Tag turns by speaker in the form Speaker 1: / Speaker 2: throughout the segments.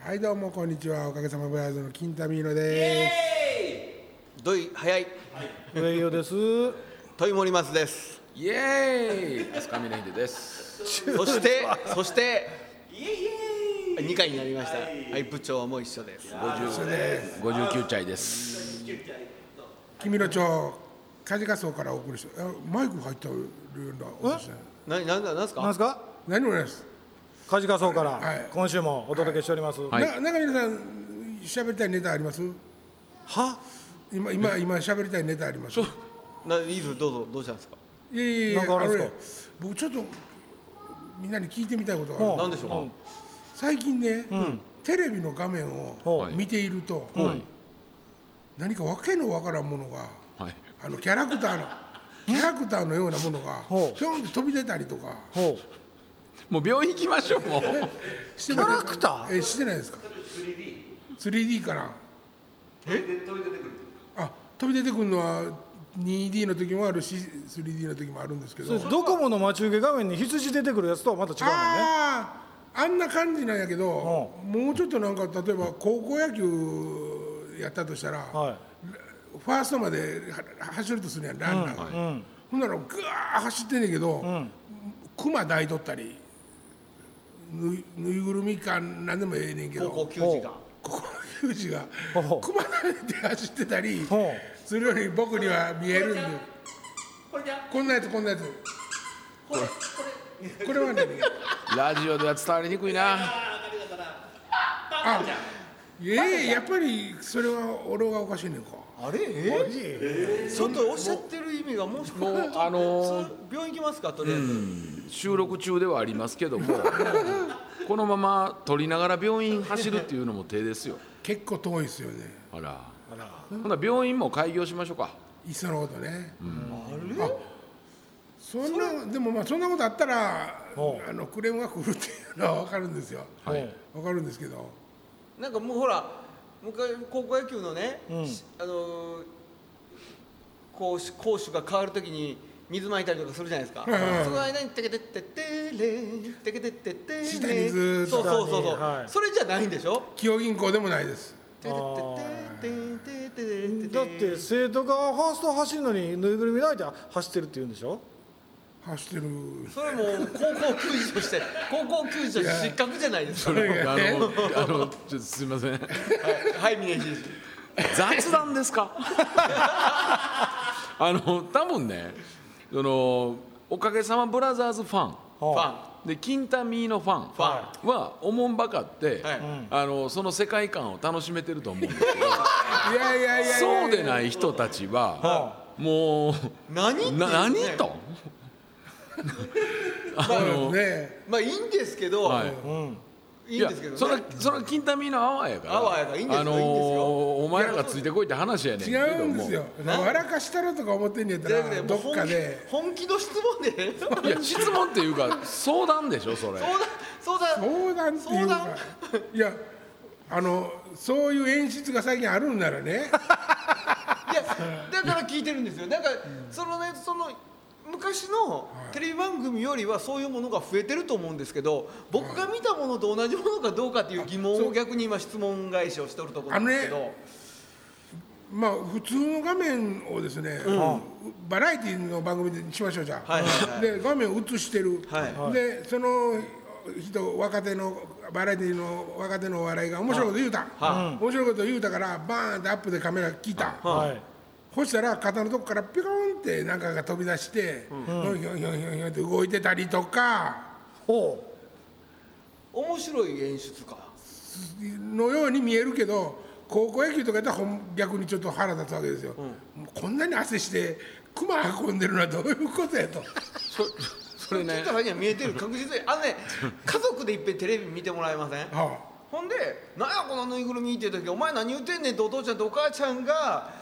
Speaker 1: はいどうもこんにちはおかげさまブラザーズの金田美乃です
Speaker 2: どい早い
Speaker 3: 上与です。
Speaker 2: 問い森松です
Speaker 4: イエーイ塚峰秀です
Speaker 2: そしてそして2回になりましたはい部長も一緒です
Speaker 4: 59歳です
Speaker 1: 君の町梶賀荘からお送りしてあマイク入ってるんだお寿司屋
Speaker 2: ななんだなんです
Speaker 3: なん
Speaker 2: か
Speaker 3: ですか。
Speaker 1: 何もないです、
Speaker 3: カジカソから、
Speaker 1: はい
Speaker 3: 今週もお届けしております。
Speaker 4: はい
Speaker 1: な中村さん喋りたいネタあります
Speaker 3: は
Speaker 1: 今今今喋りたいネタあります
Speaker 2: ないいぞどうぞどうしたんですか
Speaker 1: いやいやいや
Speaker 3: なんかあるんですか
Speaker 1: のね僕ちょっとみんなに聞いてみたいことがある
Speaker 3: ほう
Speaker 2: なんでしょ
Speaker 1: 最近ね、テレビの画面を
Speaker 3: はい
Speaker 1: 見ていると、
Speaker 4: はい
Speaker 1: 何かわけのわからんものが
Speaker 4: はい
Speaker 1: あのキャラクターのキャラクターのようなものが
Speaker 3: ほう
Speaker 1: ひょんって飛び出たりとか
Speaker 3: ほ
Speaker 4: もう病院行きましょうもう
Speaker 1: してません
Speaker 3: キャラクター
Speaker 1: えしてないですか 3D かなえあ飛び出てくるのは 2D の時もあるし 3D の時もあるんですけ
Speaker 3: う。
Speaker 1: ど
Speaker 3: そうですドコモの待ち受け画面に羊出てくるやつとはまた違うのね。
Speaker 1: あああんな感じなんやけど、もうちょっとなんか例えば高校野球やったとしたら、
Speaker 3: は
Speaker 1: ファーストまでは走るとするやんランナーが、ほんならぐわー走ってんねんけど、クマ抱いとったりぬいぬいぐるみか何でもええねんけ
Speaker 2: う
Speaker 1: ど
Speaker 2: 高校球児が
Speaker 1: 高校球児が
Speaker 3: ほう
Speaker 1: クマ抱いて走ってたり
Speaker 3: ほ
Speaker 1: するように僕には見えるんで
Speaker 5: これじゃ
Speaker 1: こんなやつこんなやつ
Speaker 5: これこ
Speaker 1: これは ね
Speaker 4: ラジオでは伝わりにくいな
Speaker 1: あいえいえやっぱりそれは俺がおかしいねんか
Speaker 3: あれ？え
Speaker 2: ちょっとおっしゃってる意味がもう
Speaker 4: もうあのー
Speaker 2: 病院行きますかとりあえず、
Speaker 4: 収録中ではありますけどもこのまま撮りながら病院走るっていうのも手ですよ
Speaker 1: 結構遠いですよね
Speaker 4: あらほな病院も開業しましょ うか
Speaker 1: いっそのことね、あそんなでもまあそんなことあったら
Speaker 3: おう
Speaker 1: あのクレームが来るっていうのは分かるんですよ
Speaker 3: ほう。
Speaker 1: 分かるんですけど
Speaker 2: なんかもうほら昔高校野球のね、しあのー攻守攻守が変わるときに水まいたりとかするじゃないですか、
Speaker 1: はいはい
Speaker 2: その間にテケテッテッテレーテケテッテッテレー
Speaker 1: 下にずーっと
Speaker 2: そうそうそうそう、
Speaker 3: 下にはい
Speaker 2: それじゃないんでしょ
Speaker 1: 清銀行でもないです
Speaker 2: テケテッテッテレーテケテッテッテレー
Speaker 3: だって生徒がファースト走るのにぬいぐるみ抱いて走ってるって言うんでしょ。
Speaker 1: 走ってる
Speaker 2: それもう高校球児として高校球児として失格じゃないですか
Speaker 4: それもあのあのちょっとすみません
Speaker 2: はい峰岸
Speaker 4: 雑談ですか あの多分ねそのおかげさまブラザーズファン
Speaker 2: ファン
Speaker 3: は
Speaker 4: で金田ミーのファン
Speaker 2: ファ
Speaker 4: はおもんばかって、
Speaker 2: はい
Speaker 4: あのその世界観を楽しめてると思うんですけ
Speaker 1: い
Speaker 4: ど
Speaker 1: やいやいやいや
Speaker 4: そうでないい人たちは、
Speaker 3: は
Speaker 4: もう
Speaker 2: 何っていうね
Speaker 4: な何と あの、
Speaker 1: ね
Speaker 2: まあいいんですけど、
Speaker 4: はい
Speaker 3: い。うん。
Speaker 2: い、いんですけど、ね、
Speaker 4: それそれ金田ミーの泡やから
Speaker 2: 泡やからいいんですよ
Speaker 4: あの
Speaker 2: いいんですよ
Speaker 4: お前らがついてこいって話やねんけ
Speaker 1: 違
Speaker 4: ども
Speaker 1: うんですよ
Speaker 2: な
Speaker 1: 笑かしたろとか思ってんねやった
Speaker 2: じゃなくて
Speaker 1: ら
Speaker 2: も
Speaker 1: ど
Speaker 2: う
Speaker 1: っ
Speaker 2: 本
Speaker 1: か
Speaker 2: 気
Speaker 1: で
Speaker 2: 本気の質問で
Speaker 4: いや質問っていうか相談でしょそれ
Speaker 2: 相談相談
Speaker 1: 相談っていうか
Speaker 2: 相談
Speaker 1: いやあのそういう演出が最近あるんならね
Speaker 2: いやだから聞いてるんですよなんかそのねその昔のテレビ番組よりはそういうものが増えてると思うんですけど僕が見たものと同じものかどうかっていう疑問を逆に今質問返しをしてるところなんですけど、
Speaker 1: あのまあ普通の画面をですね、バラエティの番組にしましょうじゃあ、
Speaker 2: はいはいはい
Speaker 1: で画面を映してる、
Speaker 2: は
Speaker 1: でその人若手のバラエティの若手のお笑いが面白いこと言うた、
Speaker 2: は
Speaker 1: 面白いこと言うたからバーンってアップでカメラ切った、
Speaker 3: はい。
Speaker 1: そしたら肩のとこからピコンってなんかが飛び出して、ひょんひょんひょんひょんって動いてたりとか
Speaker 3: ほ
Speaker 2: 面白い演出か
Speaker 1: のように見えるけど高校野球とかやったらほん逆にちょっと腹立つわけですよ、もうこんなに汗して熊運んでるのはどういうこと やと
Speaker 4: そそれ
Speaker 2: ちょ
Speaker 4: ね
Speaker 2: っとには見えてる確実にあのね家族でいっぺんテレビ見てもらえません
Speaker 1: は
Speaker 2: ほんで「なんやこのぬいぐるみ」って言った時「お前何言ってんねん」ってお父ちゃんとお母ちゃんが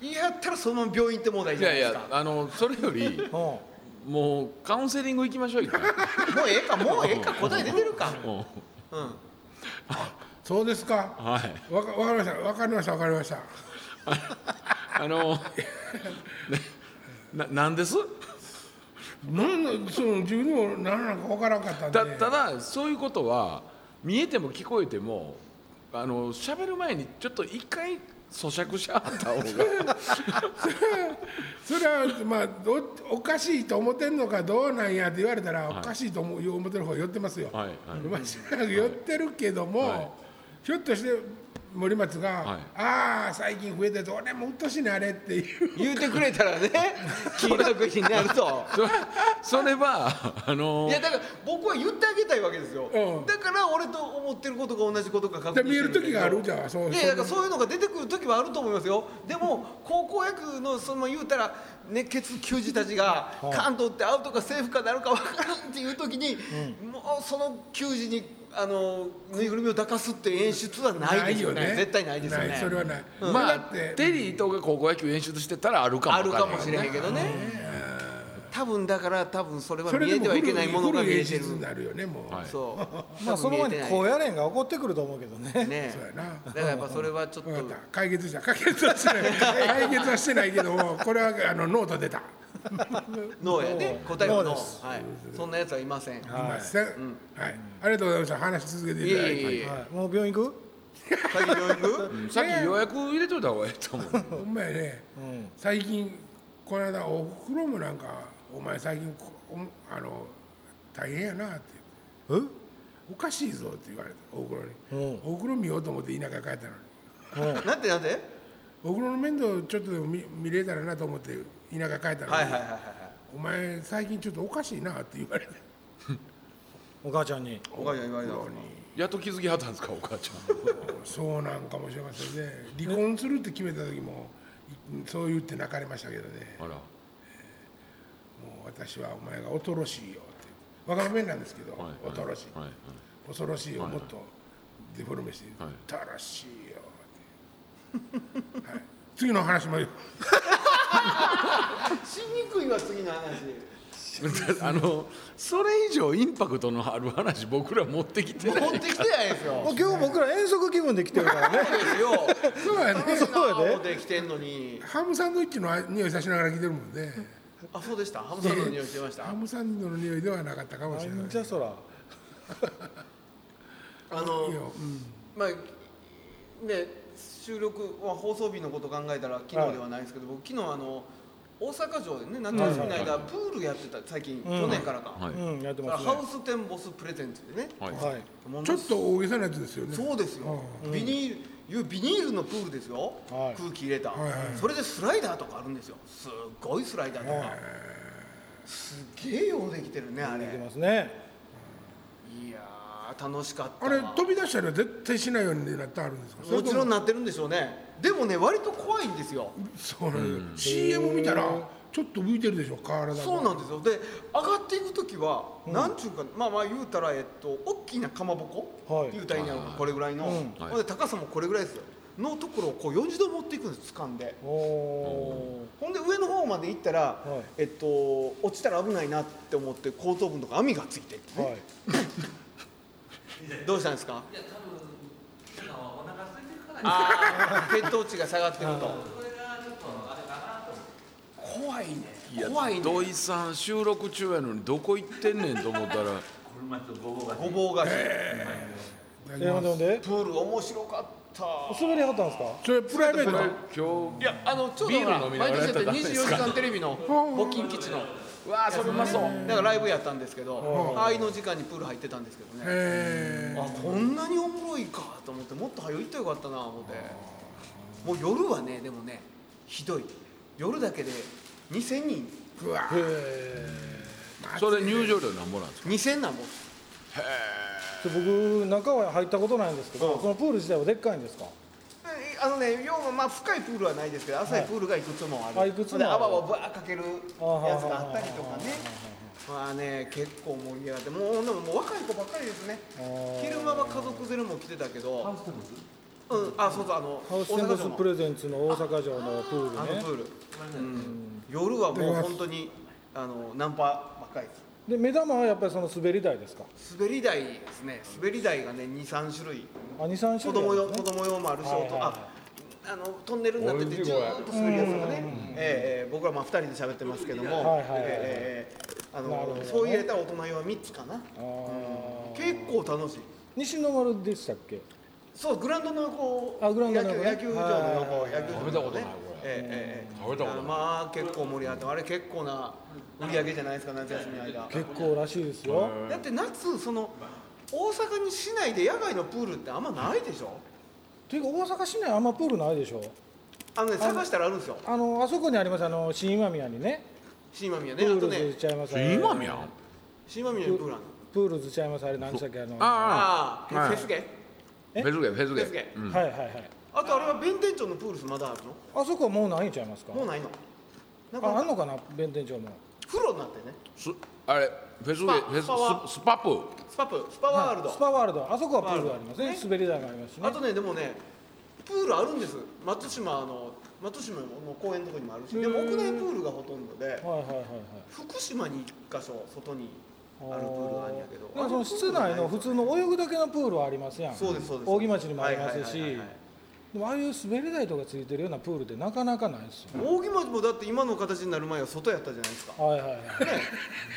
Speaker 2: 言い張ったらそのまま病院行ってもうたらいい
Speaker 4: い
Speaker 2: じゃ
Speaker 4: や
Speaker 2: ない
Speaker 4: い
Speaker 2: ですか
Speaker 4: やあのそれより
Speaker 3: う。ほ
Speaker 4: もうカウンセリング行きましょう一 回
Speaker 2: もうええかもうええか答え出てるか
Speaker 4: も
Speaker 2: うん
Speaker 1: あそうですか
Speaker 4: うはい
Speaker 1: わかわかりましたわかりましたわかりました
Speaker 4: あのななん です
Speaker 1: なんだその自分でも何なのかわからんかったんで
Speaker 4: だただそういうことは見えても聞こえてもあの喋る前にちょっと一回咀嚼しはった方 が
Speaker 1: それはまあどおかしいと思ってんのかどうなんやって言われたら、おかしいと思う思ってる方が寄ってますよ、
Speaker 4: はいはい
Speaker 1: まあしばらく寄ってるけども、
Speaker 4: はい
Speaker 1: ひょっとして森松が「
Speaker 4: はい
Speaker 1: ああ最近増えてて俺もうっとしいねあれ」っていう
Speaker 2: 言うてくれたら ね金額になると。
Speaker 4: それそれはあの
Speaker 2: いやだから僕は言ってあげたいわけですよ、
Speaker 1: うん
Speaker 2: だから俺と思ってることが同じことか確認
Speaker 1: じゃあ
Speaker 2: して
Speaker 1: 見える時があるじ
Speaker 2: ん
Speaker 1: ゃんそう
Speaker 2: いやだからそういうのが出てくる時はあると思いますよでも高校野球のその言うたら熱血球児たちが関東ってアウトかセーフかなるかわからんっていう時に、もうその球児にあのぬいぐるみを抱かすっていう演出はないですよね絶対ないですよね
Speaker 1: それはない、
Speaker 4: ま
Speaker 1: まあだ
Speaker 4: あ
Speaker 1: って
Speaker 4: テリー伊藤が高校野球演出してたらあるかも
Speaker 2: あるかもしれ
Speaker 4: ん
Speaker 2: へんけどね多分だから多分それは
Speaker 1: それ
Speaker 2: 見
Speaker 1: で
Speaker 2: え
Speaker 1: も
Speaker 2: てはいけないものが見
Speaker 1: 古い
Speaker 2: え
Speaker 1: 演
Speaker 2: て
Speaker 1: 出
Speaker 2: る
Speaker 1: になるよねもう、
Speaker 4: はい
Speaker 2: そう
Speaker 3: まあその前に高
Speaker 2: う
Speaker 3: 野連が怒ってくると思うけどね
Speaker 2: ね
Speaker 1: そうやな
Speaker 2: だからやっぱそれはちょっと
Speaker 1: 分かった解決した解決はしてない解決はしてないけどもこれはあのノート出た
Speaker 2: 脳やね答えは
Speaker 3: ノ
Speaker 2: 脳
Speaker 3: ーです
Speaker 2: はいそんなやつはいませんい
Speaker 1: いません、はい、ありがとうございました話し続け
Speaker 2: え
Speaker 1: て
Speaker 2: い
Speaker 1: いただい
Speaker 2: え
Speaker 1: て
Speaker 2: いえ
Speaker 3: はい、もう病院行く
Speaker 2: 先病院行く
Speaker 4: うんさっき予約入れといた方がええと思う
Speaker 1: ほんまやね、最近この間おふくろもなんか「お前最近こおあの大変やな」って
Speaker 3: え
Speaker 1: 「おかしいぞ」って言われたおふくろに
Speaker 3: う
Speaker 1: 「おふくろ見ようと思って田舎帰ったのに
Speaker 2: なんてなんて
Speaker 1: おふくろの面倒ちょっとでも見見れたらなと思って田舎帰ったのに、
Speaker 2: はいはいはいはい
Speaker 1: お前最近ちょっとおかしいな」って言われた
Speaker 3: お母ちゃんに
Speaker 2: お母ちゃん言われたん
Speaker 1: お
Speaker 2: で
Speaker 1: ふく
Speaker 2: すか
Speaker 4: やっと気づきはったんですかお母ち
Speaker 1: ろにそうなんかもしれませんね離婚するって決めた時もいそう言って泣かれましたけどね
Speaker 4: ゃんあら
Speaker 1: もう私はお前が恐ろしいよってわがまめなんですけど、
Speaker 4: はいはい
Speaker 1: 恐ろしい、
Speaker 4: はいはい
Speaker 1: 恐ろしいよ、もっとデフォルメして、
Speaker 4: はい
Speaker 1: 恐ろしいよって、はい、次の話もよ
Speaker 2: しにくいわ次の話
Speaker 4: あのそれ以上インパクトのある話僕ら持ってき てない
Speaker 2: 持ってきてないですよ
Speaker 3: もう今日僕ら遠足気分で来てるからね
Speaker 2: そうですよ
Speaker 1: そうやね
Speaker 3: そうやで
Speaker 2: 思ってきてんのに
Speaker 1: ハムサンドイッチの匂いさしながら聞いてるもんね
Speaker 2: あそうでしたハムサンドの匂いしてました
Speaker 1: ハムサンドの匂いではなかったかもしれな
Speaker 3: なん
Speaker 1: い
Speaker 3: じゃそら
Speaker 2: あの
Speaker 1: いいよ
Speaker 2: まあね収録は放送日のこと考えたら昨日ではないですけど、僕昨日あの大阪城でね夏休みの間、プールやってた最近、去年からか、
Speaker 4: はい
Speaker 3: うんやって
Speaker 2: だから
Speaker 3: ます
Speaker 2: ハ
Speaker 3: ね
Speaker 2: ウステンボスプレゼンツでね、
Speaker 4: はい
Speaker 3: はい
Speaker 2: もの
Speaker 1: ちょっと大げさなやつですよね
Speaker 2: そうですよ、ビニールいうビニールのプールですよ、
Speaker 3: はい
Speaker 2: 空気入れた、
Speaker 1: はいはい
Speaker 2: それでスライダーとかあるんですよすっごいスライダーとか、すっげえようできてるねあれ
Speaker 3: できますね
Speaker 2: いやー楽しかった
Speaker 1: あ
Speaker 2: わ
Speaker 1: れ飛び出したりは絶対しないようになってあるんですか
Speaker 2: もちろん
Speaker 1: な
Speaker 2: なってるんでしょうねでもね割と怖いんですよ
Speaker 1: そうなんですよ CM 見たらちょっと浮いてるでしょ体が
Speaker 2: そうなんですよで上がっていく時は、なんちゅうかまあまあ言うたらえっと大きなかまぼこ、
Speaker 3: はい
Speaker 2: 言うたらいいんやろうかこれぐらいの、
Speaker 4: はい
Speaker 2: ほんで高さもこれぐらいですよのところをこう40度持っていくんです掴んで
Speaker 3: おお
Speaker 2: ほんで上の方まで行ったら、えっと落ちたら危ないなって思って後頭部のとか網がついてって
Speaker 3: ー
Speaker 2: ね、
Speaker 3: はい
Speaker 2: どうしたんですか
Speaker 5: いや多分今はお腹空いてるからね
Speaker 2: あー血糖値が下がってると
Speaker 5: これがちょっとあれかなと思って
Speaker 2: 怖いね
Speaker 4: いや
Speaker 2: 怖いね
Speaker 4: 土井さん収録中やのにどこ行ってんねんと思ったら
Speaker 5: 車とごぼうが
Speaker 2: ごぼうがし
Speaker 1: いただき
Speaker 3: え
Speaker 1: ま
Speaker 3: ほん
Speaker 1: す
Speaker 3: でほんで
Speaker 2: プール面白かった
Speaker 3: 滑りはったんですか
Speaker 1: それプライベートな
Speaker 4: 今
Speaker 2: いやあのちょうど
Speaker 4: ビール
Speaker 2: ほら
Speaker 4: 飲みなが
Speaker 2: 毎
Speaker 4: らや
Speaker 2: 年や
Speaker 4: っ
Speaker 2: って
Speaker 4: たら
Speaker 2: る
Speaker 4: ダ
Speaker 2: 24
Speaker 4: メです
Speaker 2: 時
Speaker 4: か
Speaker 2: 間テレビの募金基地の
Speaker 4: 日わあそれうまそう
Speaker 2: だからライブやったんですけどあいの時間にプール入ってたんですけどね
Speaker 1: え
Speaker 2: あこんなにおもろいかと思ってもっと早いってよかったな思ってもう夜はねでもねひどい夜だけで2000人
Speaker 1: ーうわ
Speaker 3: へえ
Speaker 4: それ入場料なんぼなんですか
Speaker 2: 2000なんぼ
Speaker 3: 僕中は入ったことないんですけど、
Speaker 2: うん
Speaker 3: そのプール自体はでっかいんですか
Speaker 2: えあのね要はまあ深いプールはないですけど浅いプールがいくつもある、
Speaker 3: はいあいくつもある
Speaker 2: で泡をバーかけるやつ
Speaker 3: あはい
Speaker 2: があったりとかねまあね結構盛り上がってもうでももう若い子ばっかりですね
Speaker 3: あー
Speaker 2: 昼間は家族連れも来てたけどうんあそうそうあの
Speaker 3: ハウステンボスプレゼンツの大阪城のプ
Speaker 2: あのプ
Speaker 3: ールね
Speaker 2: ール、うん夜はもう本当にあのナンパばっかりです
Speaker 3: で目玉はやっぱりその滑り台ですか
Speaker 2: 滑り台ですね滑り台がね23種類
Speaker 3: あ二三
Speaker 2: 子
Speaker 3: 種類
Speaker 2: 供
Speaker 3: ある
Speaker 2: 用
Speaker 3: んです
Speaker 2: 子
Speaker 3: ね
Speaker 2: 供用もあるし、
Speaker 3: はいはいはい
Speaker 2: ああのトンネルになっててずーっと滑るやつがね、ええええ僕らまあ2人で喋ってますけども、
Speaker 3: はいはいはい
Speaker 2: ええええあ
Speaker 3: なるほ
Speaker 2: の
Speaker 3: どね
Speaker 2: そう入れたら大人用は3つかな
Speaker 3: あー
Speaker 2: 結構楽しい
Speaker 3: 西の丸でしたっけ
Speaker 2: そうグラウンドのこう
Speaker 3: あグラウンドの
Speaker 2: 野球
Speaker 3: ね
Speaker 2: 野球場の横野球場のね
Speaker 4: 食べたことないこれ
Speaker 2: ええええええ
Speaker 4: 食べたことない
Speaker 2: まあ結構盛り上がってあれ結構な売り上げじゃないですか夏休みの間
Speaker 3: 結構らしいですよ
Speaker 2: だって夏その大阪に市内で野外のプールってあんまないでしょ
Speaker 3: というか大阪市内あんまプールないでしょ
Speaker 2: あのね探したらあるんですよ
Speaker 3: あのあそこにありますあの新今宮にね
Speaker 2: 新間宮
Speaker 3: プ
Speaker 2: ねあ
Speaker 3: ー
Speaker 2: と
Speaker 3: ルズ
Speaker 2: ね
Speaker 3: ちゃいます
Speaker 4: 今見やん
Speaker 2: 新間宮にプールあるの
Speaker 3: プールズちゃいますあれ何でしたっけあのは
Speaker 4: あ
Speaker 2: あ
Speaker 4: あ
Speaker 2: あフェスケ
Speaker 4: フ
Speaker 3: え
Speaker 4: ェスゲフェスゲ
Speaker 2: フェスゲ
Speaker 4: う
Speaker 3: い
Speaker 4: ん
Speaker 3: はいはい
Speaker 2: あとあれは弁天町のプールスまだあるの
Speaker 3: あそこはもうないんちゃいますか
Speaker 2: もうないのなん
Speaker 3: ああ
Speaker 2: か
Speaker 3: んのかな弁天町も
Speaker 2: 風呂になってね
Speaker 4: すあれフェス
Speaker 2: ス
Speaker 4: ゲ
Speaker 2: パ
Speaker 4: フェス
Speaker 2: スパは
Speaker 4: ススパップ
Speaker 2: スパプスパワールド、
Speaker 3: はいスパワールドあそこはプールがありますね
Speaker 2: ね
Speaker 3: 滑り台がありますしね
Speaker 2: あとねでもねプールあるんです松島の松島の公園のとこにもあるしでも
Speaker 3: へー
Speaker 2: 屋内プールがほとんどで
Speaker 3: はいはいはいはい
Speaker 2: 福島に1箇所外にあるプールがあるんやけど
Speaker 3: だからその室内の普通の泳ぐだけのプールはありますやん
Speaker 2: そうですそうです
Speaker 3: 扇町にもありま
Speaker 2: は
Speaker 3: す
Speaker 2: いはい
Speaker 3: し
Speaker 2: はいはい
Speaker 3: でもああいう滑り台とかついてるようなプールってなかなかないですよ
Speaker 2: 扇町もだって今の形になる前は外やったじゃないです か
Speaker 3: はいはいはい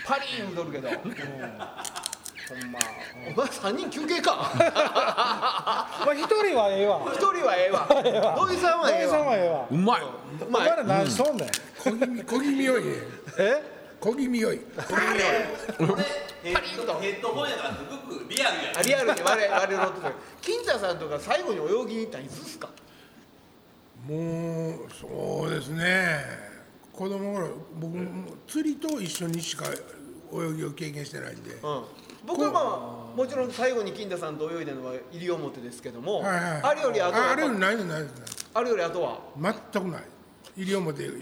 Speaker 2: パリーン言うとるけど、ほんまお前3人休憩か
Speaker 3: まあ一人はええわ
Speaker 2: 一人はええ わ土井さんはええ
Speaker 3: 大さん
Speaker 2: わ
Speaker 3: はええわ
Speaker 4: うまい
Speaker 2: お
Speaker 3: お前
Speaker 2: 前
Speaker 3: ら何しとんねん
Speaker 1: 小気味小気味よいね
Speaker 3: え
Speaker 1: 小気味よい
Speaker 5: ヘッドヘッドホンやからすごくリアルや
Speaker 2: あリアルに我々のってた金太さんとか最後に泳ぎに行ったんいつっすか
Speaker 1: もうそうですね子供の頃僕釣りと一緒にしか泳ぎを経験してないんで、
Speaker 2: うん、僕はまあもちろん最後に金田さんと泳いだのは西表ですけども、
Speaker 1: はいはい、
Speaker 2: あれより後は
Speaker 1: あ
Speaker 2: あ
Speaker 1: あれより
Speaker 2: れ
Speaker 1: ないですないですない
Speaker 2: より後は
Speaker 1: です全くない西表の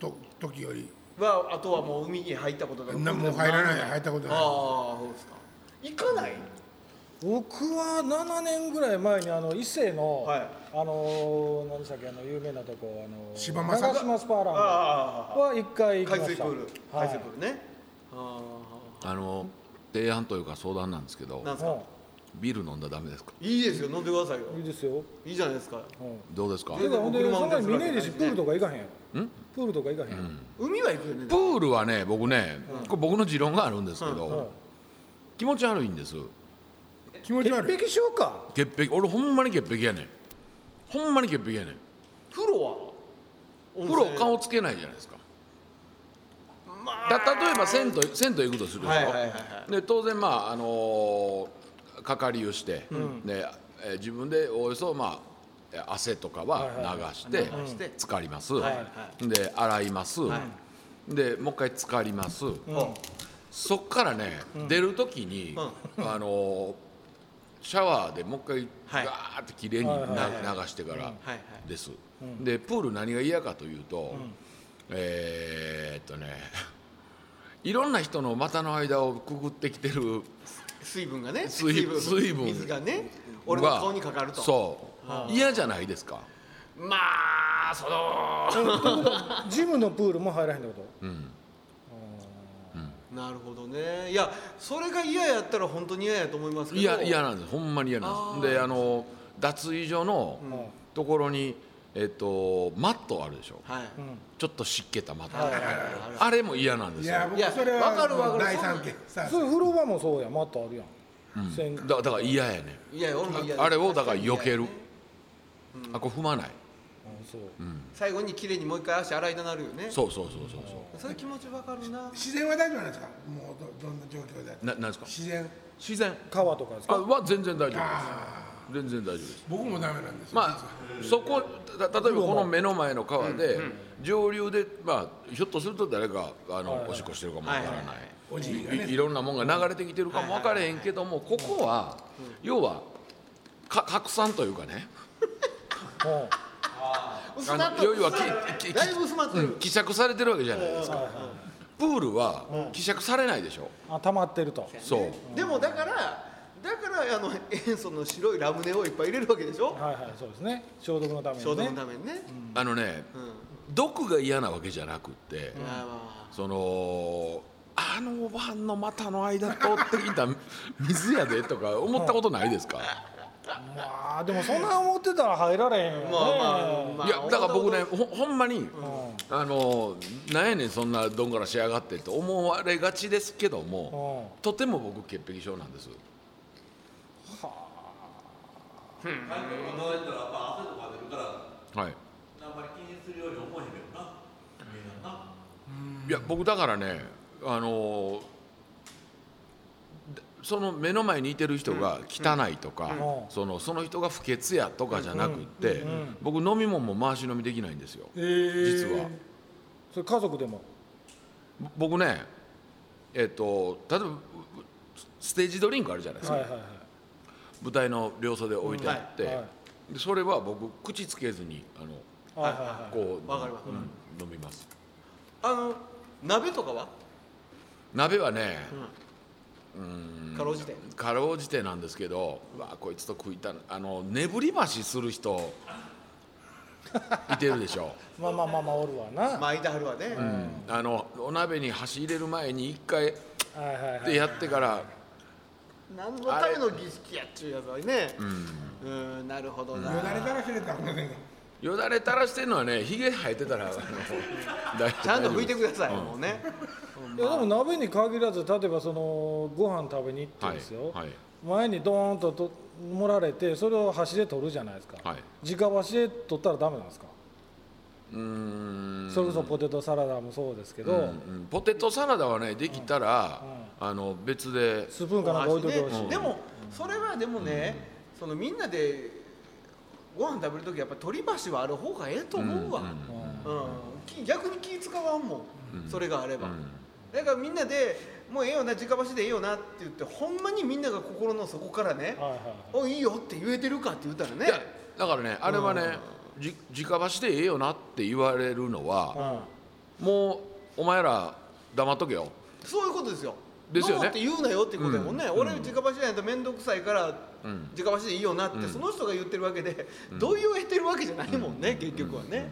Speaker 1: と時より
Speaker 2: はあとはもう海に入ったことだ
Speaker 1: なもう入らない入ったことない
Speaker 2: ああそうですか行かない
Speaker 3: 僕は7年ぐらい前にあの伊勢の、
Speaker 2: はい
Speaker 3: あのー何でしたっけあの有名なとこあのー
Speaker 1: 柴又
Speaker 3: 長島スパーランド
Speaker 2: あ
Speaker 3: は一回
Speaker 2: あ
Speaker 3: 行き
Speaker 2: 海
Speaker 3: ま
Speaker 2: 水
Speaker 3: し
Speaker 2: プ
Speaker 3: た
Speaker 2: ール
Speaker 3: は
Speaker 2: 海水プールね、あ
Speaker 4: あの提案というか相談なんですけど
Speaker 2: あなんです
Speaker 3: い、
Speaker 2: か
Speaker 3: は
Speaker 4: ビール飲んだらダメですか
Speaker 2: いいですよ飲んでくださいよ
Speaker 3: い、いいですよ、
Speaker 2: いいじゃないですか
Speaker 3: う
Speaker 4: どうですか
Speaker 3: ん、てかほんで
Speaker 2: 車
Speaker 3: そ
Speaker 2: 運
Speaker 3: んな
Speaker 2: 転
Speaker 3: に
Speaker 2: するわ
Speaker 3: 見
Speaker 2: け
Speaker 3: ねえでしプールとか行かへんやろプールとか行かへんやろ、
Speaker 2: 海は行くよね
Speaker 4: プールはね僕ねこれ僕の持論があるんですけ
Speaker 3: はい
Speaker 4: ど気持ち悪いんです
Speaker 1: 気持ち悪い
Speaker 3: 潔癖症か
Speaker 4: 潔癖俺ほんまに潔癖やねんほんまに潔癖やねん
Speaker 2: 風呂は
Speaker 4: 風呂顔つけないじゃないですかだ例えば銭湯銭湯行くとするでしょ、
Speaker 2: はいはいはいは
Speaker 4: で当然まああのー、かかりをして、でえー自分でおおよそまあえー汗とかは流して、
Speaker 2: 流して
Speaker 4: 浸かります、
Speaker 2: いは
Speaker 4: で洗います、でもう一回浸かります、
Speaker 2: は
Speaker 4: そっからね、出る時に、あのーシャワーでもう一
Speaker 2: は
Speaker 4: 回
Speaker 2: い
Speaker 4: ガーってきれいにな、
Speaker 3: はい
Speaker 2: はいは
Speaker 4: 流してから、
Speaker 2: はいはい
Speaker 4: です、でプール何が嫌かというと、えーっとね いろんな人の股の間をくぐってきてる
Speaker 2: 水分がね
Speaker 4: 水水分
Speaker 2: 水がね俺の顔にかかると
Speaker 4: そう嫌じゃないですか
Speaker 2: まあそ
Speaker 3: えということはジムのプールも入らへんってこと、
Speaker 2: のなるほどねいやそれが嫌やったら本当に嫌やと思いますけど
Speaker 4: 嫌嫌なんですほんまに嫌なんですであの脱衣所の
Speaker 3: うんはい
Speaker 4: ところに、えっとマットあるでしょ
Speaker 2: はい、
Speaker 3: うん
Speaker 4: ちょっと湿気たマット、
Speaker 2: はいはいはい
Speaker 4: あれも嫌なんで
Speaker 1: い
Speaker 4: すよ
Speaker 1: や
Speaker 2: いや
Speaker 1: 僕それは
Speaker 2: わかるわかる
Speaker 1: 第三権さあ
Speaker 3: それ風呂場もそうやマットあるやん、洗
Speaker 4: だだから嫌やねん
Speaker 2: いや俺も嫌です
Speaker 4: あれをだから避ける、
Speaker 2: ね
Speaker 4: あこれ踏まない
Speaker 3: あそう、
Speaker 2: 最後に綺麗にもう一回足洗いたなるよね
Speaker 4: そうそうそうそうそう
Speaker 2: それ気持ちわかるな
Speaker 1: 自然は大丈夫なんですかもうどどんな状況であって
Speaker 4: ななんですか
Speaker 1: 自然
Speaker 4: 自然
Speaker 3: 川とかです
Speaker 4: あ
Speaker 3: か
Speaker 4: は全然大丈
Speaker 1: ああ
Speaker 4: 夫です全然大丈夫です
Speaker 1: 僕もダメなんですよ
Speaker 4: まあそこた例えばこの目の前の川で上流でまあひょっとすると誰かあのおしっこしてるかもわから
Speaker 2: はいは
Speaker 4: ない
Speaker 2: はい
Speaker 1: おじいが
Speaker 4: いい
Speaker 1: ね
Speaker 4: ろんなもんが流れてきてるかも分からへんけどもここは要はか拡散というかね
Speaker 3: うん
Speaker 2: 薄
Speaker 4: あ
Speaker 2: まっ
Speaker 4: の
Speaker 2: とる
Speaker 4: 要はきき
Speaker 2: だいぶ薄まってる、
Speaker 4: 希釈されてるわけじゃないですかプールは希釈されないでしょ
Speaker 3: あ溜まってると
Speaker 4: そう
Speaker 2: でもだからだからあの塩素の白いラムネをいっぱい入れるわけでしょ
Speaker 3: はいはいそうですね消毒のためにね
Speaker 2: 消毒のためにね、
Speaker 4: あのね
Speaker 2: うん
Speaker 4: 毒が嫌なわけじゃなくって
Speaker 2: あーまあ
Speaker 4: そのあのおばんの股の間通ってき た水やでとか思ったことないですか
Speaker 3: まあでもそんな思ってたら入られへんよね、
Speaker 2: まあまあまあ
Speaker 4: いやだから僕ねほほんまに、
Speaker 3: うん
Speaker 4: あのなんやねんそんなどんからしやがってと思われがちですけどもとても僕潔癖症なんです
Speaker 5: 韓国のやったらやっぱ汗とか出るから
Speaker 4: はい
Speaker 5: あんまり気にするように思えへんけどなみんなない
Speaker 4: や僕だからねあのーだその目の前にいてる人が汚いとか、
Speaker 3: うん
Speaker 4: そのその人が不潔やとかじゃなくって、僕飲み物も回し飲みできないんですよ、
Speaker 3: えー
Speaker 4: 実は
Speaker 3: それ家族でも
Speaker 4: ぼ僕ねえっ、と例えばううステージドリンクあるじゃないですか、
Speaker 3: はいはいはい
Speaker 4: 舞台の両袖置いてあって、
Speaker 3: うんはいは
Speaker 4: でそれは僕口つけずにあの
Speaker 3: はいはいはい
Speaker 4: こう
Speaker 2: わかるわかる
Speaker 4: うん飲みます
Speaker 2: あの鍋とかは
Speaker 4: 鍋はね、
Speaker 2: かろうじて
Speaker 4: かろうじてなんですけどうわこいつと食いたいあのねぶり箸する人いてるでしょ、
Speaker 3: まあまあまあまあおるわな、
Speaker 2: まあいてはるわね、
Speaker 4: うんあのお鍋に箸入れる前に一回っ
Speaker 3: はいはいは
Speaker 4: て
Speaker 3: い
Speaker 4: やってから
Speaker 2: 何のための儀式やっちゅうやつはねうんんなるほどな
Speaker 1: よだれだらけでたらね
Speaker 4: よだれ垂らしてるのはねひげ生えてたらあの大
Speaker 2: ちゃんと拭いてください、
Speaker 4: うん
Speaker 2: もうねほん
Speaker 3: いやで
Speaker 2: ま
Speaker 3: も鍋に限らず例えばそのご飯食べに行って
Speaker 4: はい
Speaker 3: ですよ、
Speaker 4: はい
Speaker 3: 前にドーンとと盛られてそれを箸で取るじゃないですか、
Speaker 4: はい
Speaker 3: 直箸で取ったらダメなんですか、
Speaker 4: うーん
Speaker 3: それこそポテトサラダもそうですけど、
Speaker 4: うんうんポテトサラダはねできたら、あの別で
Speaker 3: スプーンかなんか置いといてほしい、
Speaker 2: でもそれはでもね、そのみんなでご飯食べる時やっぱり取り橋はある方がええと思うわ、うんき逆に気使わんもん、それがあれば、だからみんなでもうええよな直橋でええよなって言ってほんまにみんなが心の底からね
Speaker 3: はいはい
Speaker 2: 「おいいいよ」って言えてるかって言ったらね
Speaker 4: いやだからねあれはね、じ直箸でええよなって言われるのは、
Speaker 3: はい
Speaker 4: もうお前ら黙っとけよ
Speaker 2: そういうことですよ。
Speaker 4: ですよね
Speaker 2: ノーって言うなよっていうことやもんね、
Speaker 4: うん
Speaker 2: 俺直橋じゃないと面倒くさいから
Speaker 4: うん
Speaker 2: 直橋でいいよなってその人が言ってるわけで、同意を得てるわけじゃないもんね、結局はね、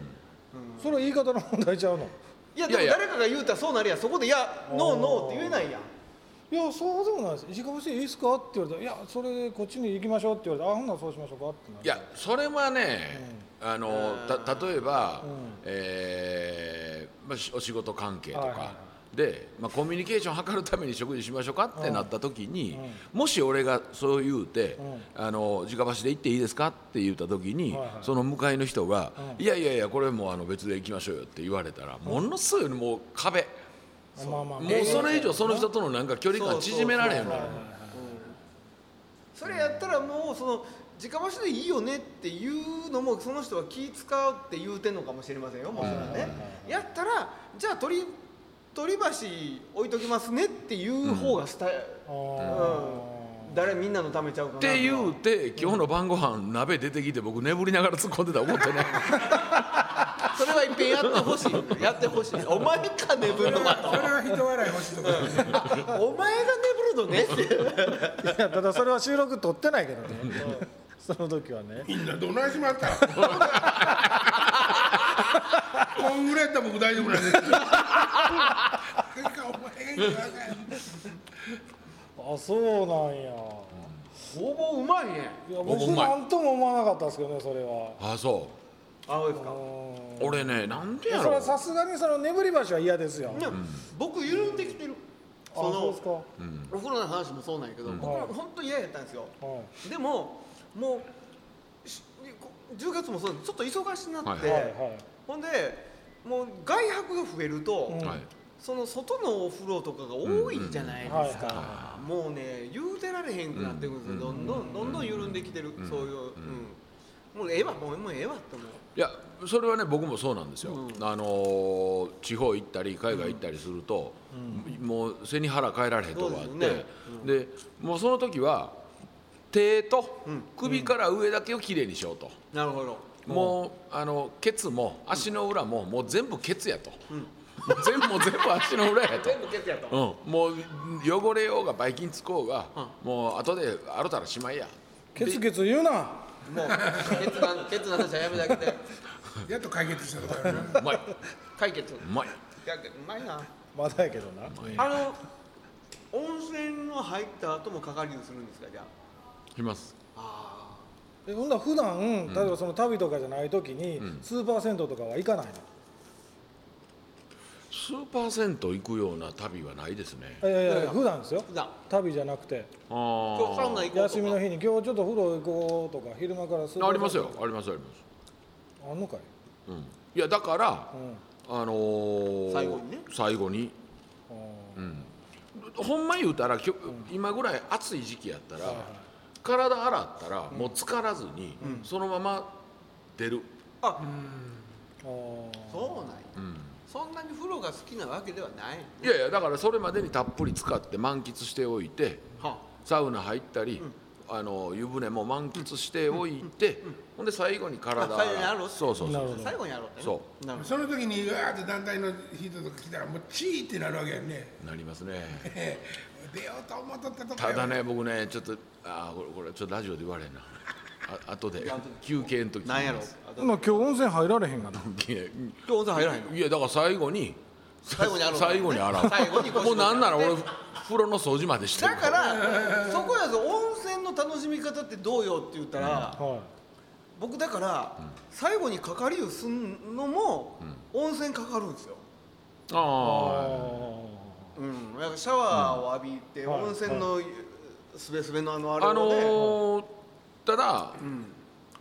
Speaker 3: それは言い方の問題ちゃうの
Speaker 2: いや
Speaker 4: い
Speaker 2: で
Speaker 4: や
Speaker 2: も
Speaker 4: いや
Speaker 2: 誰かが言うたらそうなるやんそこで「いやノーノー」って言えないやん
Speaker 3: いやそうでもないです直箸でいいですかって言われたら「いやそれでこっちに行きましょう」って言われたら「あほんならそうしましょうか」ってなる
Speaker 4: いやそれはね、あのた例えば、えーまあ、しお仕事関係とか、
Speaker 3: はいはいは
Speaker 4: で、まあ、コミュニケーション を図るために食事しましょうかってなった時に、もし俺がそう言うて、あの直橋で行っていいですかって言った時に、
Speaker 3: はいはい
Speaker 4: その向かいの人が、いやいやいやこれもうあの別で行きましょうよって言われたら、ものすごいもう壁
Speaker 3: まあまあ
Speaker 4: もうそれ以上その人とのなんか距離感縮められへんのよ
Speaker 2: それやったらもうその直橋でいいよねっていうのもその人は気使うって言うてんのかもしれませんよもうそれはね、やったらじゃあ鳥鳥橋置いときますねっていう方がスタイ
Speaker 3: あ
Speaker 2: うん誰みんなのためちゃうかな
Speaker 4: っ
Speaker 2: と
Speaker 4: て言うて今日の晩ご飯鍋出てきて僕眠りながら突っ込んでたら怒ってね
Speaker 2: それは一遍やってほしいやってほしいお前か眠るの
Speaker 1: それ
Speaker 2: は
Speaker 1: は人笑い欲しいとか
Speaker 2: とお前が眠るのねって
Speaker 3: ーいやただそれは収録撮ってないけどねその時はね
Speaker 1: みんな どないしまったこんぐらいやったら僕大丈夫 なんですけどお前が言わない
Speaker 3: あそうなんや
Speaker 2: ほぼうまいね
Speaker 3: いや
Speaker 4: 僕
Speaker 3: 僕
Speaker 4: うまい
Speaker 3: なんとも思わなかったですけどねそれは
Speaker 4: ああそ
Speaker 2: あそうですか
Speaker 4: う俺ねなんで
Speaker 3: いや
Speaker 4: や
Speaker 3: それ
Speaker 4: ろ
Speaker 3: はさすがにその眠り橋は嫌ですよ
Speaker 2: いや僕緩んできてる
Speaker 3: あ
Speaker 2: そ
Speaker 3: そう
Speaker 2: の
Speaker 3: ですかは
Speaker 2: お風呂の話もそうなんやけど、僕は本当に嫌やったんですよでももうしこ10月もそうなんですちょっと忙しになって、
Speaker 3: いはい
Speaker 2: ほんでもう外泊が増えると、
Speaker 3: うん
Speaker 4: はい
Speaker 2: その外のお風呂とかが多いじゃない
Speaker 3: はいは
Speaker 2: で
Speaker 3: い
Speaker 2: すか、もうね言うてられへんくなってくるんですよ、どんどんどんどん緩んできてる、そういう、うん、もうええわもうもうええわって思う
Speaker 4: いやそれはね僕もそうなんですよ、
Speaker 2: う
Speaker 4: あのー地方行ったり海外行ったりすると、もう背に腹変えられへんとこがあって
Speaker 2: そ
Speaker 4: で,、
Speaker 2: うですよね
Speaker 4: もうその時は手と
Speaker 2: うん
Speaker 4: 首から上だけをきれいにしようと、
Speaker 2: なるほど
Speaker 4: もうあのケツも足の裏も、もう全部ケツやと、全部もう全部足の裏やと
Speaker 2: 全部ケツやと、
Speaker 4: うん、もう汚れようがばい菌つこうが、もう後で洗ったらしまいや
Speaker 3: ケツケツ言うな
Speaker 2: もうケツなケツな話はやめてあげて
Speaker 1: やっと解決したとこやな
Speaker 4: うまいう
Speaker 2: 解決いう
Speaker 4: まい
Speaker 2: やうまいな
Speaker 3: まだやけどな
Speaker 2: あの温泉の入った後も係りをするんですかじゃ
Speaker 4: きます
Speaker 2: あ
Speaker 3: えほんなら普段例えばその旅とかじゃない時にスーパー銭湯とかは行かないの
Speaker 4: 数パーセント行くような旅はないですね。
Speaker 3: いやいやいや普段ですよ
Speaker 2: 普段
Speaker 3: 旅じゃなくて
Speaker 4: あ
Speaker 2: 今日サウナ行こう
Speaker 4: ー
Speaker 2: とか
Speaker 3: 休みの日に今日ちょっと風呂行こうとか昼間からす
Speaker 4: ありますよありますありま
Speaker 3: あんのかい、
Speaker 4: す。うん、いやだから
Speaker 3: う、ん
Speaker 4: あのー
Speaker 2: 最後にね
Speaker 4: 最後に
Speaker 3: あー
Speaker 4: ほんま言うたらきょ今ぐらい暑い時期やったら、体洗ったらもう浸からずに、そのまま出る、
Speaker 2: あ
Speaker 3: あー
Speaker 2: そうなんやそんなに風呂が好きなわけではない
Speaker 4: いやいやだからそれまでにたっぷり使って満喫しておいて
Speaker 2: は
Speaker 4: サウナ入ったり、あの湯船も満喫しておいて、ほんで最後に体
Speaker 2: あ最後にや
Speaker 4: 洗
Speaker 2: ろう
Speaker 4: うそうそうそ
Speaker 3: な
Speaker 4: う
Speaker 3: るほど
Speaker 2: 最後にやろうってね
Speaker 4: そ
Speaker 2: なるほど
Speaker 1: その時にうわーって団体の人とか来たらもうチーってなるわけやんね
Speaker 4: なりますね。
Speaker 1: 出ようと思っとったとこ
Speaker 4: た
Speaker 1: やわ
Speaker 4: だね僕ねちょっとあーこれこれちょっとラジオで言われんなあ後で休憩の時に
Speaker 2: なんやろ
Speaker 3: ほな今日温泉入られへんがな
Speaker 4: いや
Speaker 2: 今日温泉入らへんの
Speaker 4: いやだから最後に
Speaker 2: 最後に洗う
Speaker 4: 最後に洗う
Speaker 2: 最後にこう
Speaker 4: もうなんなら俺風呂の掃除までしてる
Speaker 2: だからそこやぞ温泉の楽しみ方ってどうよって言ったら、
Speaker 3: はい
Speaker 2: 僕だから、最後にかかり湯すんのも、温泉かかるんですよ、
Speaker 4: あ
Speaker 3: あ
Speaker 2: うん、だからシャワーを浴びて、
Speaker 3: はい
Speaker 2: 温泉のすべすべのあのあ
Speaker 4: あ
Speaker 2: れ
Speaker 4: あの
Speaker 2: をね、
Speaker 4: ーただ、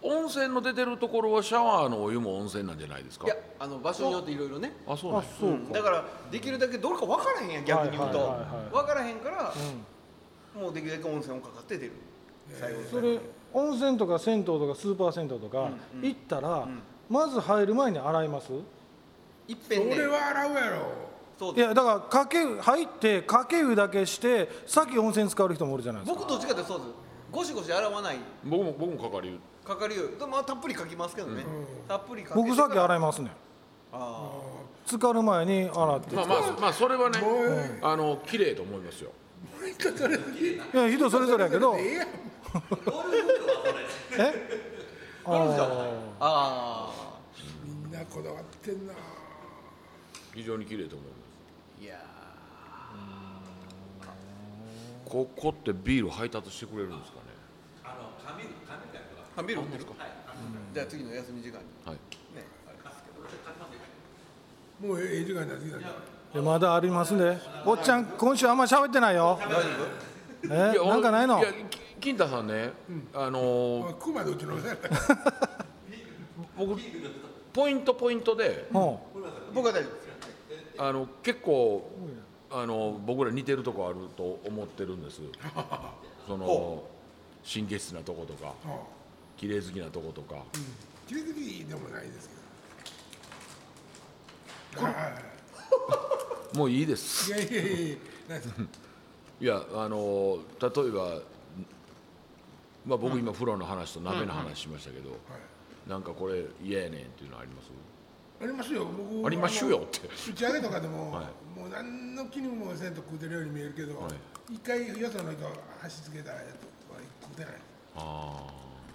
Speaker 4: 温泉の出てるところはシャワーのお湯も温泉なんじゃないですか
Speaker 2: いやあの場所によっていろいろね
Speaker 4: あそうなんや
Speaker 3: そう
Speaker 2: だからできるだけどれか分からへんやん逆に言うと、
Speaker 3: はいはいはいはい
Speaker 2: 分からへんから、もうできるだけ温泉をかかって出る最後に
Speaker 3: それ温泉とか銭湯とかスーパー銭湯とか行ったら、まず入る前に洗います
Speaker 2: いっぺんね
Speaker 1: 俺は洗うやろ
Speaker 2: そう
Speaker 3: いやだからかけ入ってかけ湯だけして先温泉使う人もおるじゃないですか
Speaker 2: 僕どっちかってそうですゴシゴシ洗わない
Speaker 4: 僕も僕もかかり
Speaker 2: かかるよでもまあたっぷりかきますけどね、たっぷりかけ
Speaker 3: 僕さっき
Speaker 2: あ
Speaker 3: 洗いますね
Speaker 2: あ
Speaker 3: 浸かる前に洗って、
Speaker 4: まあまあまあそれはね
Speaker 1: もう
Speaker 4: あの綺麗と思いますよ
Speaker 1: 人それぞれ
Speaker 3: いや人それぞれやけ ど
Speaker 1: ええやん
Speaker 5: ゴールフードはそれ
Speaker 3: えあ
Speaker 2: あ
Speaker 1: みんなこだわってんな
Speaker 4: 非常に綺麗と思います
Speaker 2: ーいや
Speaker 4: ここってビール配達してくれるんですかね
Speaker 5: あの紙の紙だよ
Speaker 2: ーあビール売ってるか、じゃあ次の休み時間に
Speaker 4: はい
Speaker 2: ね
Speaker 1: もうええ時間になってきたんだ
Speaker 3: ーいやまだありますねおっちゃん今週あんま喋ってないよ
Speaker 2: 大丈
Speaker 3: え
Speaker 4: いや
Speaker 3: なんかないの
Speaker 4: やき金太さんね、あのー
Speaker 1: クマでうちの親やった
Speaker 4: 僕ポイントポイントで
Speaker 3: うん
Speaker 2: 夫僕は大丈夫ですよ
Speaker 4: あの結構あの僕ら似てるとこあると思ってる んですその神経質なとことか綺麗好きなとことか、
Speaker 1: キリキリでもないですけどは
Speaker 4: もういいで
Speaker 1: いい
Speaker 4: す
Speaker 1: やいやいやなんですか
Speaker 4: いやあのー例えば、まあ、僕今風呂の話と鍋の話しましたけど、なんかこれ嫌やねんっていうのあります
Speaker 1: ありますよ僕
Speaker 4: ありますよって
Speaker 1: 打ち上げとかでも、
Speaker 4: はい
Speaker 1: もう何の気にもせんと食うてるように見えるけど、
Speaker 4: はい
Speaker 1: 一回よその人が箸つけたやつは食うてない
Speaker 4: あ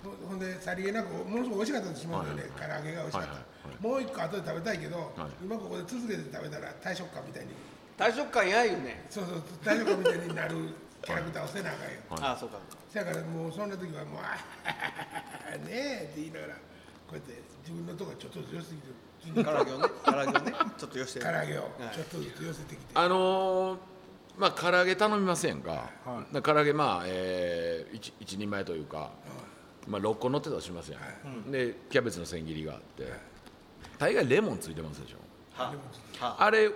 Speaker 1: ほほんでさりげなくものすごく美味しかったとしますよね、唐揚げが美味しかった、
Speaker 4: はいはいは
Speaker 1: もう一個後で食べたいけど、
Speaker 4: い
Speaker 1: 今ここで続けて食べたら大食感みたいに
Speaker 2: 大食感や言うね
Speaker 1: そうそう大食感みたいになるキャラクターをせなあかんよ、
Speaker 2: ああそうか
Speaker 1: せやからもうそんな時はもう「あーねえ」って言いながらこうやって自分のとこちょっとずつ寄せてきて
Speaker 2: 唐揚げをね唐揚げをねちょっとよして
Speaker 1: 唐揚げを
Speaker 2: い
Speaker 1: ちょっとずつ寄せてきて、
Speaker 4: あのーまあ唐揚げ頼みませんか、だから唐揚げまあ、えー、一一人前というか、まあ、6個乗ってたとしますやん、でキャベツの千切りがあって、大概レモンついてますでしょ
Speaker 2: は
Speaker 4: あれを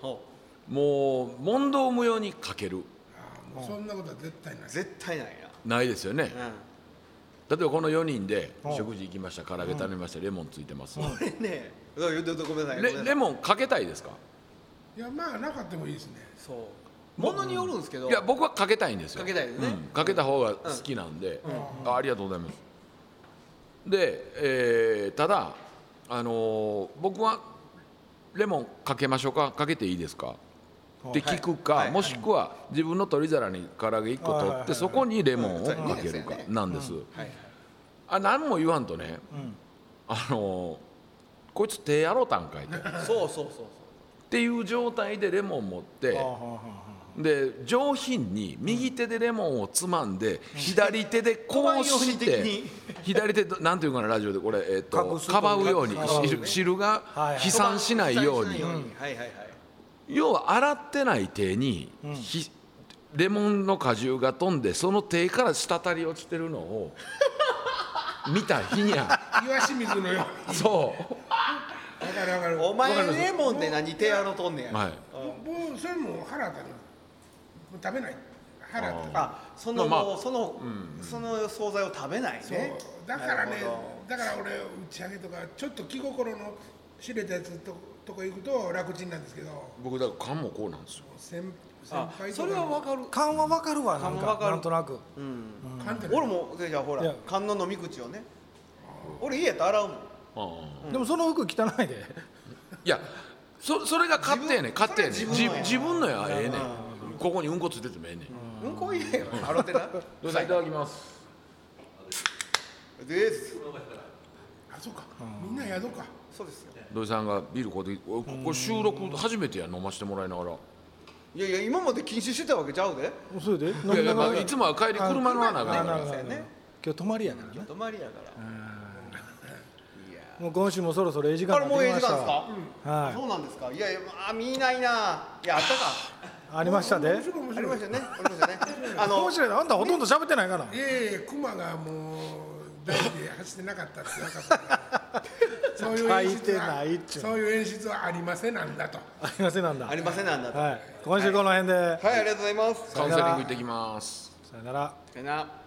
Speaker 2: ほ
Speaker 4: もう問答無用にかける
Speaker 1: あーもうそんなことは絶対な
Speaker 2: う
Speaker 1: い
Speaker 2: 絶対なんや
Speaker 4: ないですよね、
Speaker 2: うん
Speaker 4: 例えばこの4人で
Speaker 3: うん
Speaker 4: 食事行きました唐揚げ頼みましたレモンついてます、
Speaker 2: これねどうどうどうごめんなさいごめん
Speaker 4: レ
Speaker 2: なさ
Speaker 4: レ
Speaker 2: い
Speaker 4: モンかけたいですか
Speaker 1: いやまあなかったもいいですね
Speaker 2: そうものによるんですけど
Speaker 4: いや僕はかけたいんですよ
Speaker 2: かけたいですね
Speaker 4: うんかけた方が好きなんで、あありがとうございますで、えーただあのー僕はレモンかけましょうかかけていいですかって聞くか、
Speaker 2: はいはい
Speaker 4: もしくは自分の取り皿に唐揚げ1個取
Speaker 3: はい
Speaker 4: っ
Speaker 3: はいは
Speaker 4: て
Speaker 3: い
Speaker 4: そこにレモンを
Speaker 2: そうやね
Speaker 4: かける
Speaker 2: そう
Speaker 4: か
Speaker 2: やね
Speaker 4: なんです、
Speaker 2: はい
Speaker 4: あ何も言わんとね、あのーこいつ手やろうたんかいとっ
Speaker 2: そうそうそうそう
Speaker 4: ていう状態でレモン持って
Speaker 3: あーはーは
Speaker 4: で上品に右手でレモンをつまんで、左手でこうし
Speaker 2: 小判用
Speaker 4: て
Speaker 2: に的に
Speaker 4: 左手となんていうかなラジオでこれ、えー、と
Speaker 3: 隠す
Speaker 4: かばうように
Speaker 3: 隠す
Speaker 4: 汁汁が
Speaker 3: はい
Speaker 4: 飛散しないように
Speaker 2: 飛散しないはいはいはい
Speaker 4: 要は洗ってない手に、ひレモンの果汁が飛んでその手から滴り落ちてるの を見た日にゃ
Speaker 1: 岩清水のよう
Speaker 4: そう
Speaker 1: にわかるわかる
Speaker 2: お前レモンって何手洗うとんねや、
Speaker 4: はい
Speaker 1: もうそれもう腹立つもう食べない腹立つ
Speaker 2: あその、
Speaker 4: まあまあ
Speaker 2: その、その惣菜を食べないね
Speaker 1: だからね
Speaker 2: なるほ
Speaker 1: だから俺打ち上げとかちょっと気心の知れたやつととこ行くと楽ちんなんですけど
Speaker 4: 僕だから缶もこうなんですよ
Speaker 1: 先先
Speaker 2: どあ
Speaker 1: 輩とか
Speaker 2: それはわかる
Speaker 3: 勘はわかるわな
Speaker 2: 勘
Speaker 3: ん
Speaker 2: は
Speaker 3: か
Speaker 2: わかる
Speaker 3: なんとなく
Speaker 1: 簡単
Speaker 2: 俺もじゃあほ
Speaker 3: い
Speaker 2: ら
Speaker 3: や
Speaker 2: 観音の飲み口をね俺家やったら洗うもん
Speaker 4: ああ
Speaker 3: でもその服汚いで
Speaker 4: いやそそれが勝手やねん
Speaker 2: 自分
Speaker 4: 勝手やねん
Speaker 2: それは
Speaker 4: 自
Speaker 2: 自分のや
Speaker 4: 自分のやええねんここにうんこついててもええね
Speaker 2: う
Speaker 4: ん
Speaker 2: んこ家や洗ってな
Speaker 4: どうぞいただきます
Speaker 2: です
Speaker 1: あそうかみんな宿か
Speaker 2: そうですよ
Speaker 4: 土井さんがビールこうやっておいここ収録初めてや飲ましてもらいながら
Speaker 2: いやいや今まで禁止してたわけちゃうで
Speaker 3: それで飲
Speaker 4: いや
Speaker 3: み
Speaker 4: い
Speaker 3: なが
Speaker 4: やま
Speaker 3: ら
Speaker 4: あいつもは帰り車乗らなあかん
Speaker 2: あ
Speaker 4: か
Speaker 2: な
Speaker 4: ら
Speaker 2: るほどね
Speaker 3: 今日泊まりやからね
Speaker 2: 泊まりやから
Speaker 3: もう今週もそろそろええ時間
Speaker 2: あれ
Speaker 3: にな
Speaker 2: もう
Speaker 3: っ
Speaker 2: ええ時
Speaker 3: てきました
Speaker 2: 間ですか、
Speaker 3: はい
Speaker 2: そうなんですかいやいやあ見ないないやあったか
Speaker 3: ありましたで
Speaker 1: 面白い面
Speaker 2: あり
Speaker 1: 白
Speaker 2: ま
Speaker 1: い
Speaker 2: したよねありましたよねあの
Speaker 3: 面白いなあんたほとんど喋ってないから
Speaker 1: ええ熊がもう大事で走ってなかったってなかったからそう いう演
Speaker 3: 書いて
Speaker 1: 出
Speaker 3: な
Speaker 1: はい
Speaker 3: っちゅう
Speaker 1: そういう演出はありませんなんだと
Speaker 3: ありませんなんだ
Speaker 2: ありませんなんだと
Speaker 3: はい今週この辺で
Speaker 2: はいありがとうございます
Speaker 4: カウンセリング行ってきます
Speaker 3: さよなら
Speaker 2: さよなら